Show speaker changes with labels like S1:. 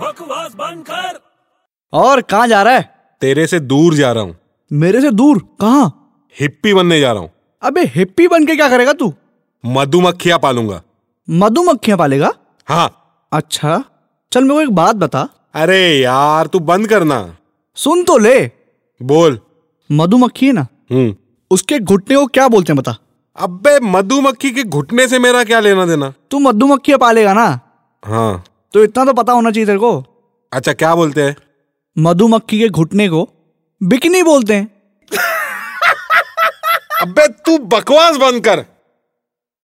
S1: बकवास बंद कर
S2: और कहाँ जा रहा है
S3: तेरे से दूर जा रहा हूँ
S2: मेरे से दूर कहाँ
S3: हिप्पी बनने जा रहा हूँ
S2: अबे हिप्पी बन के क्या करेगा तू
S3: मधुमक्खियां पालूंगा
S2: मधुमक्खियां पालेगा
S3: हाँ
S2: अच्छा चल मेरे को एक बात बता
S3: अरे यार तू बंद करना
S2: सुन तो ले
S3: बोल
S2: मधुमक्खी है ना
S3: हम्म
S2: उसके घुटने को क्या बोलते हैं बता
S3: अबे मधुमक्खी के घुटने से मेरा क्या लेना देना
S2: तू मधुमक्खियां पालेगा ना
S3: हाँ
S2: तो इतना तो पता होना चाहिए तेरे को
S3: अच्छा क्या बोलते हैं
S2: मधुमक्खी के घुटने को बिकनी बोलते हैं
S3: अबे तू बकवास बंद कर